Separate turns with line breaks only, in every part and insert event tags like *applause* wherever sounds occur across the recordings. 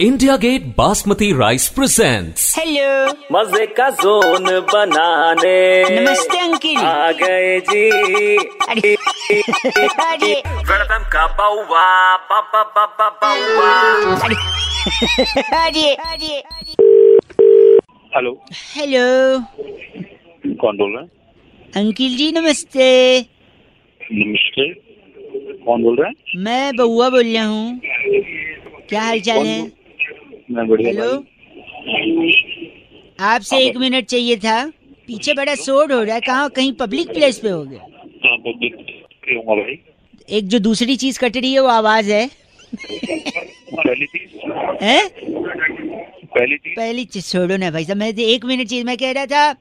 India Gate basmati rice presents
hello
मजे का zone बनाने
नमस्ते अंकिल
आ गए जी
अरे अरे
वेलकम का बाउवा बाबा बाबा बाउवा
अरे अरे
हेलो
हेलो
कौन बोल रहा है
अंकिल जी नमस्ते
नमस्ते कौन बोल रहा है
मैं बउआ बोल रहा हूँ क्या हाल चाल
कौन
है
बोल- मैं बढ़िया
हेलो
भाई।
आपसे एक मिनट चाहिए था पीछे बड़ा शोर हो रहा है कहाँ कहीं पब्लिक प्लेस पे हो गया
हाँ, बहुत दिन से हूँ भाई
एक जो दूसरी चीज कट रही है वो आवाज है
पहली चीज
हैं
पहली चीज
पहली चीज छोड़ो ना भाई साहब मैं तो एक मिनट चीज मैं कह रहा था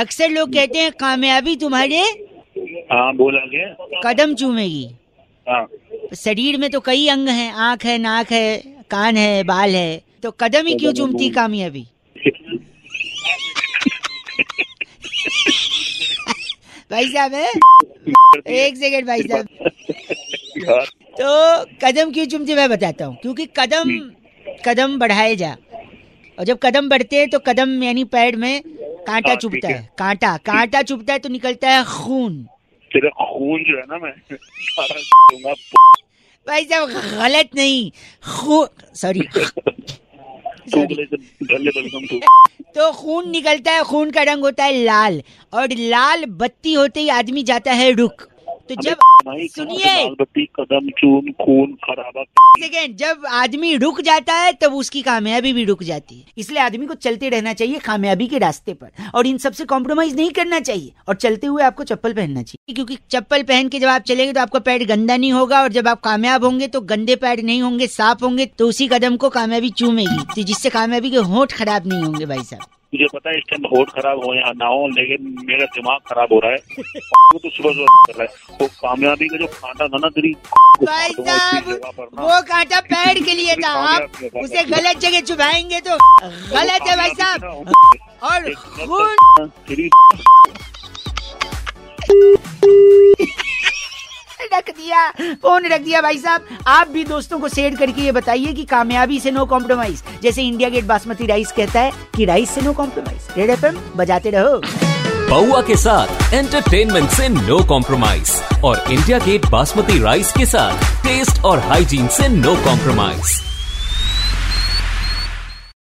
अक्सर लोग कहते हैं कामयाबी तुम्हारे
हाँ बोल आगे
कदम चूमेगी
हाँ
शरीर में तो कई अंग हैं आंख है नाक है कान है बाल है तो कदम ही क्यों चूमती कामयाबी भाई साहब है एक सेकंड भाई साहब
यार
तो कदम क्यों चूमती मैं बताता हूँ क्योंकि कदम कदम बढ़ाए जा और जब कदम बढ़ते हैं तो कदम यानी पैर में कांटा
हाँ,
चुभता
ठीक है।
है कांटा कांटा चुभता है तो निकलता है खून
तेरा खून जो है ना मैं सारा दूंगा तू
भाई साहब गलत नहीं खून सॉरी सॉरी
बोले तो धन्य वेलकम तू
तो खून निकलता है खून का रंग होता है लाल और लाल बत्ती होते ही आदमी जाता है रुक तो जब
भाई कहाँ से
सुनिए।
लाल बत्ती कदम चून खून खराबा
सेकेंड जब आदमी रुक जाता है तब उसकी कामयाबी भी रुक जाती है इसलिए आदमी को चलते रहना चाहिए कामयाबी के रास्ते पर और इन सब से कॉम्प्रोमाइज नहीं करना चाहिए और चलते हुए आपको चप्पल पहनना चाहिए क्योंकि चप्पल पहन के जब आप चलेंगे तो आपका पैर गंदा नहीं होगा और जब आप कामयाब होंगे तो गंदे पैर नहीं होंगे साफ होंगे तो उसी कदम को कामयाबी चूमेगी तो जिससे कामयाबी के होंठ खराब नहीं होंगे भाई साहब
तुझे पता है इस टाइम होट खराब हो या ना हो लेकिन मेरा दिमाग खराब हो रहा
*laughs*
है वो तो सुबह सुबह कर रहा है वो कामयाबी का जो खाना था ना तेरी को
भाई
फाड़ दूंगा
साहब
इसी जगह पर ना।
वो कांटा पैर के लिए था आप
कामयाब
उसे गलत जगह चुभाएंगे *laughs* तो गलत है भाई साहब और
एक मिनट
खून
तो तेरी
रख दिया फोन रख दिया भाई साहब आप भी दोस्तों को शेयर करके ये बताइए कि कामयाबी से नो कॉम्प्रोमाइज जैसे इंडिया गेट बासमती राइस कहता है कि राइस से नो कॉम्प्रोमाइज रेड एफएम बजाते रहो
बउआ के साथ एंटरटेनमेंट से नो कॉम्प्रोमाइज और इंडिया गेट बासमती राइस के साथ टेस्ट और हाइजीन से नो कॉम्प्रोमाइज